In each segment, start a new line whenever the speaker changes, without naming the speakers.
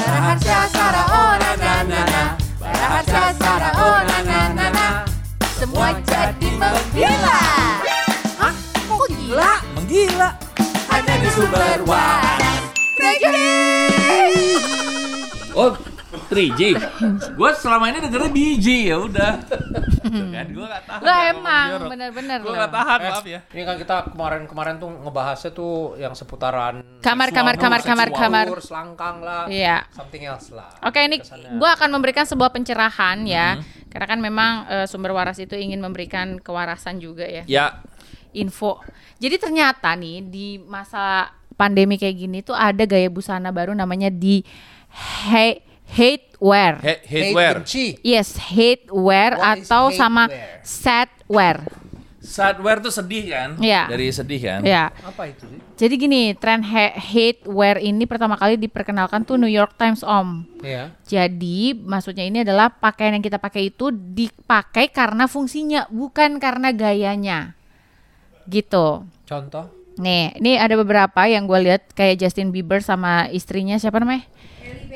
Sasara oh na na na na Barahan Sasara oh na na na na Semua jadi menggila Hah? Kok gila?
Menggila.
Hanya di sumber waras Thank
Oh, 3J. Gue selama ini dengernya BJ ya udah. Tuh kan gue gak tahan.
Lo emang bener-bener
Gue
lo.
gak tahan, maaf ya.
Ini kan kita kemarin-kemarin tuh ngebahasnya tuh yang seputaran
Kamar, kamar,
seksual,
kamar, kamar,
seksual,
kamar.
selangkang lah,
Iya.
something else lah.
Oke ini
Kesannya. Mm-hmm.
gue akan memberikan sebuah pencerahan ya Karena kan memang eh, sumber waras itu ingin memberikan kewarasan juga ya
Ya,
Info Jadi ternyata nih di masa pandemi kayak gini tuh ada gaya busana baru namanya di hate, hate wear
hate, hate
Hate
wear.
benci.
Yes hate wear
What is
atau
hate
sama
wear?
sad wear
Sad wear tuh sedih kan?
Iya.
Dari sedih kan?
Ya
Apa itu sih?
Jadi gini tren ha- hate wear ini pertama kali diperkenalkan tuh New York Times om
Iya.
Jadi maksudnya ini adalah pakaian yang kita pakai itu dipakai karena fungsinya bukan karena gayanya. Gitu.
Contoh?
Nih, ini ada beberapa yang gue lihat kayak Justin Bieber sama istrinya siapa namanya?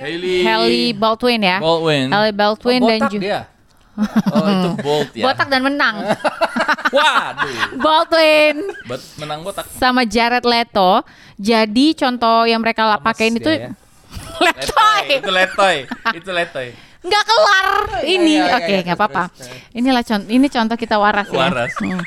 Hailey.
Hailey Baldwin ya.
Baldwin.
Hailey Baldwin
Oh,
dan
botak
Ju-
dia.
Oh, itu bold ya.
botak dan menang.
Waduh.
Baldwin
Bet menang botak.
sama Jared Leto. Jadi contoh yang mereka la- pakein itu
dia ya.
Letoy.
Itu letoy. Itu letoy.
nggak kelar ini
ya. iya, iya,
oke
iya,
nggak
terus,
apa-apa inilah contoh ini contoh kita waras ya
Waras.
Hmm.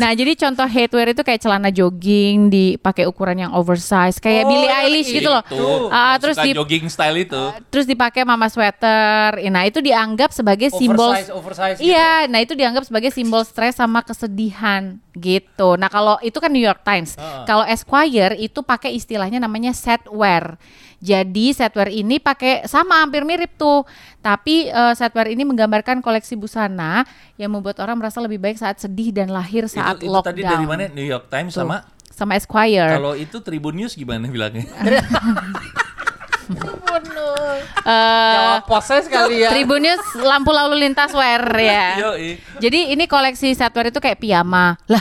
nah jadi contoh headwear itu kayak celana jogging dipakai ukuran yang oversize kayak
Oh,
Billie
iya,
Eilish gitu loh
Itu.
Ah,
terus
terus di Ah,
jogging style itu.
terus dipakai mama sweater nah itu dianggap sebagai simbol
Oversize, oversize gitu.
Iya,
gitu.
nah itu dianggap sebagai simbol stres sama kesedihan gitu. Nah kalau itu kan New York Times,
Heeh.
kalau Esquire itu pakai istilahnya namanya setwear. Jadi setwear ini pakai sama hampir mirip tuh, tapi eh, setwear ini menggambarkan koleksi busana yang membuat orang merasa lebih baik saat sedih dan lahir saat
itu, itu
lockdown.
tadi dari mana? New York Times
Tuh,
sama
Sama Esquire.
kalau itu Tribun News gimana bilangnya?
Eh,
Jawab poses kali ya.
Tribun News lampu lalu lintas wear ya.
Yoi.
Jadi ini koleksi satwer itu kayak piyama. Lah,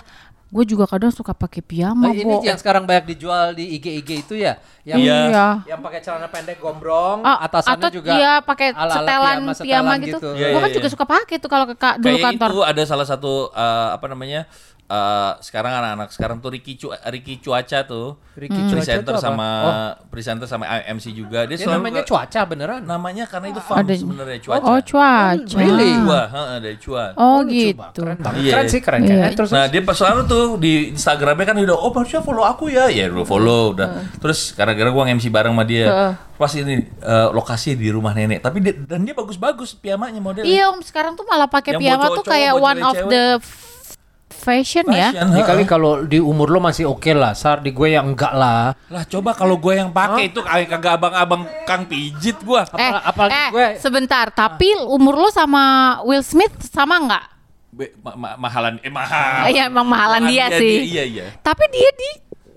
gue juga kadang suka pakai piyama,
Oh, ini
Bo.
yang sekarang banyak dijual di IG-IG itu ya? Yang
Iya.
yang pakai celana pendek gombrong,
Oh,
atasannya
atau
juga
iya pakai
ala-ala
setelan piyama,
setelan
gitu.
Iya,
gue
iya,
kan juga
iya.
suka pakai tuh kalau ke ka- dulu
Kayak gitu, ah,
kantor.
itu ada salah satu eh, apa namanya? eh, sekarang anak-anak sekarang tuh Ricky, Cu- Ricky Cuaca tuh.
Ricky
Hmm.
Cuaca
presenter
tuh apa?
sama
Oh.
presenter sama MC juga. Dia
Dia
selalu
namanya
ke-
cuaca beneran.
namanya karena itu farm
Ah, Ada-
sebenarnya cuaca. Hmm,
Oh, cuaca.
Really?
Cua, heeh, dari Cua.
Oh,
lucu banget.
gitu.
Keren banget.
Iya.
Keren sih, keren.
Iya.
keren. Terus
nah dia pas selalu tuh di Instagramnya kan udah oh harusnya follow aku ya ya lu follow udah terus gara-gara gua MC bareng sama dia
Heeh.
pas ini eh, lokasi di rumah nenek tapi dia, dan dia bagus-bagus piyamanya modelnya
Iya, Om, sekarang tuh malah
Yang
pakai
mau
piyama tuh
cowok-cowok,
kayak
mau
one of
cewek-cewek.
the f- fashion, ya.
Fashion,
Ya
heeh.
kali kalau di umur lo masih oke lah, Sar di gue yang enggak lah.
lah coba kalau gue yang pakai itu kayak kagak abang-abang kang pijit gua
Eh,
Apal- apalagi
eh,
gue-
sebentar, tapi umur lo sama Will Smith sama nggak?
Be- ma- ma- mahalan eh mahal
Iya, emang mahalan dia sih.
iya iya
Tapi dia di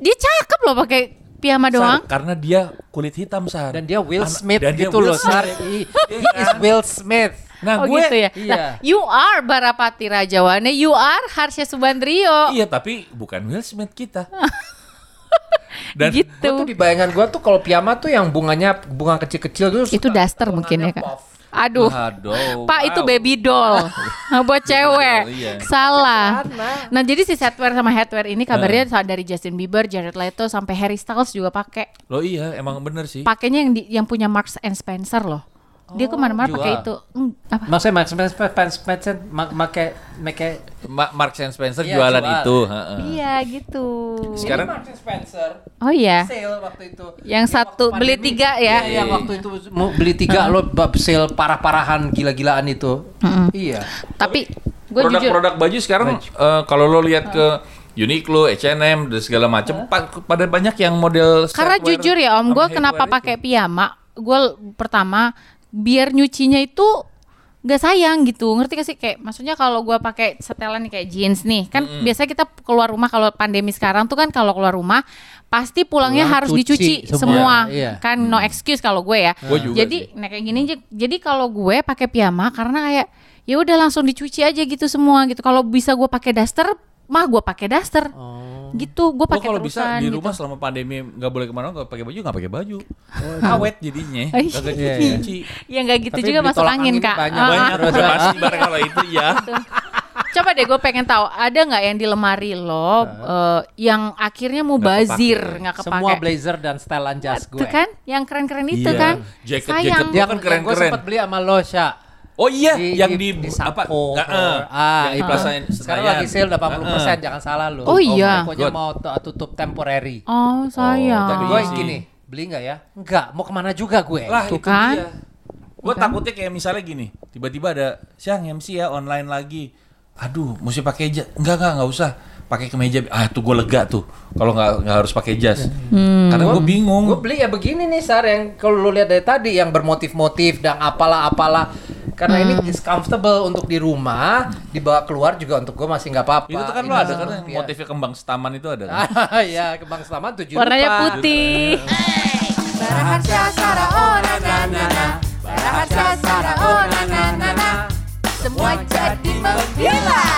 dia cakep loh pakai piyama doang.
Sar, karena dia kulit hitam sar
Dan dia Will
Anak-
Smith kan?
dan dia
gitu
Will
loh, Sar.
Smith.
He, he is Will Smith.
nah
oh
gue
gitu ya.
iya.
Lah, you are Barapati Rajawane, you are Harsha Subandrio.
Iya tapi bukan Will Smith kita. Dan
gitu.
Gue tuh di bayangan gue tuh kalau piyama tuh yang bunganya bunga kecil-kecil dulu.
Itu daster mungkin ya, Kak. Aduh.
Aduh,
Pak itu
wow.
baby doll buat cewek.
doll, iya.
Salah. Nah, jadi si setwear sama headwear ini
Eh.
kabarnya saat dari Justin Bieber, Jared Leto sampai Harry Styles juga pakai.
Loh iya emang bener sih.
Pakainya yang di- yang punya Marks and Spencer loh. Dia kemana-mana
Oh,
pakai
jual. Nah.
itu. Hmm, apa?
Maksudnya Max Max Max Max make make
Ma- Marks and Spencer
Iya,
jualan
jual.
itu. heeh.
Iya gitu.
Sekarang
Spencer
Oh iya.
sale waktu itu.
Yang
Dia
satu
waktu
beli
pandemi.
tiga ya.
Iya, yang waktu itu mau beli tiga lo bab sale parah-parahan gila-gilaan itu. Iya.
Tapi gue jujur.
produk-produk baju sekarang eh, kalau lo lihat ke Uniqlo, H&M dan segala macam pa- pada banyak yang model
Karena
streetwear
jujur ya
sama
om, gue
headwear
kenapa
itu.
pakai piyama? Gue l- pertama biar nyucinya itu nggak sayang gitu, ngerti gak sih? Kayak maksudnya kalau gue pakai setelan nih kayak jeans nih, kan biasanya kita keluar rumah kalau pandemi sekarang tuh kan kalau keluar rumah pasti pulangnya
Pulang,
harus
cuci
dicuci semua,
semua. Iya.
kan no excuse kalau gue ya.
Gua juga
jadi nah kayak gini aja. jadi kalau gue pakai piyama karena kayak ya udah langsung dicuci aja gitu semua gitu. Kalau bisa gue pakai daster, mah gue pakai daster. gitu
Oh.
gue
Gua
pakai
kalau
terusan
bisa di rumah
gitu.
selama pandemi nggak boleh kemana nggak pakai baju nggak pakai baju. Awet jadinya.
Ay.
Kagak
Iya, iya.
cuci.
ya nggak gitu
Tapi
juga
beli
masuk
tolak
angin
angin
kak
banyak.
Ah,
Banyak
ah.
udah pasti barang kalau itu ya.
coba deh gue pengen tahu ada nggak yang di lemari lo eh, yang akhirnya mau
Nggak kepake.
bazir nggak kepake
Semua blazer dan setelan jas gue.
itu kan yang keren-keren itu
Iya.
kan
Jaket-jaket
sayang
Iya
Yang,
kan
yang gue
keren-keren.
sempat beli sama lo, Sya.
Oh iya,
Di-
yang
di-
di,
di
apa?
Sapo.
Nggak, eh. yang
Ah,
di
itu.
Plaza Ah,
Sekarang lagi sale 80%,
Heeh.
jangan salah lo.
Oh, iya.
Pokoknya
God.
mau tu- tutup temporary.
oh sayang
tapi
Gue
Easy.
gini, beli nggak ya? Enggak, mau kemana juga gue.
Lah,
Tuh
itu
kan.
dia. Gua takutnya kayak misalnya gini, tiba-tiba ada Syang MC ya online lagi. Aduh, mesti pakai jas. Enggak, enggak, enggak usah. Pakai kemeja. Ah, tuh gue lega tuh. Kalau nggak nggak harus pakai jas.
Hmm.
Karena gue bingung.
Gue Iya. beli ya begini nih Sar yang kalau lu lihat dari tadi yang bermotif-motif dan apalah apalah
Hmm.
karena ini is comfortable untuk di rumah dibawa keluar juga untuk gue masih nggak apa-apa.
itu tuh kan
Ini
lo ada kan
seperti
yang
ya.
motifnya kembang setaman itu ada kan?
Ah, ya kebang selamat tujuh
warnanya
rupa.
putih
Baraharsa Sara oh na na na na Baraharsa Sara oh na na na na Semua jadi menggila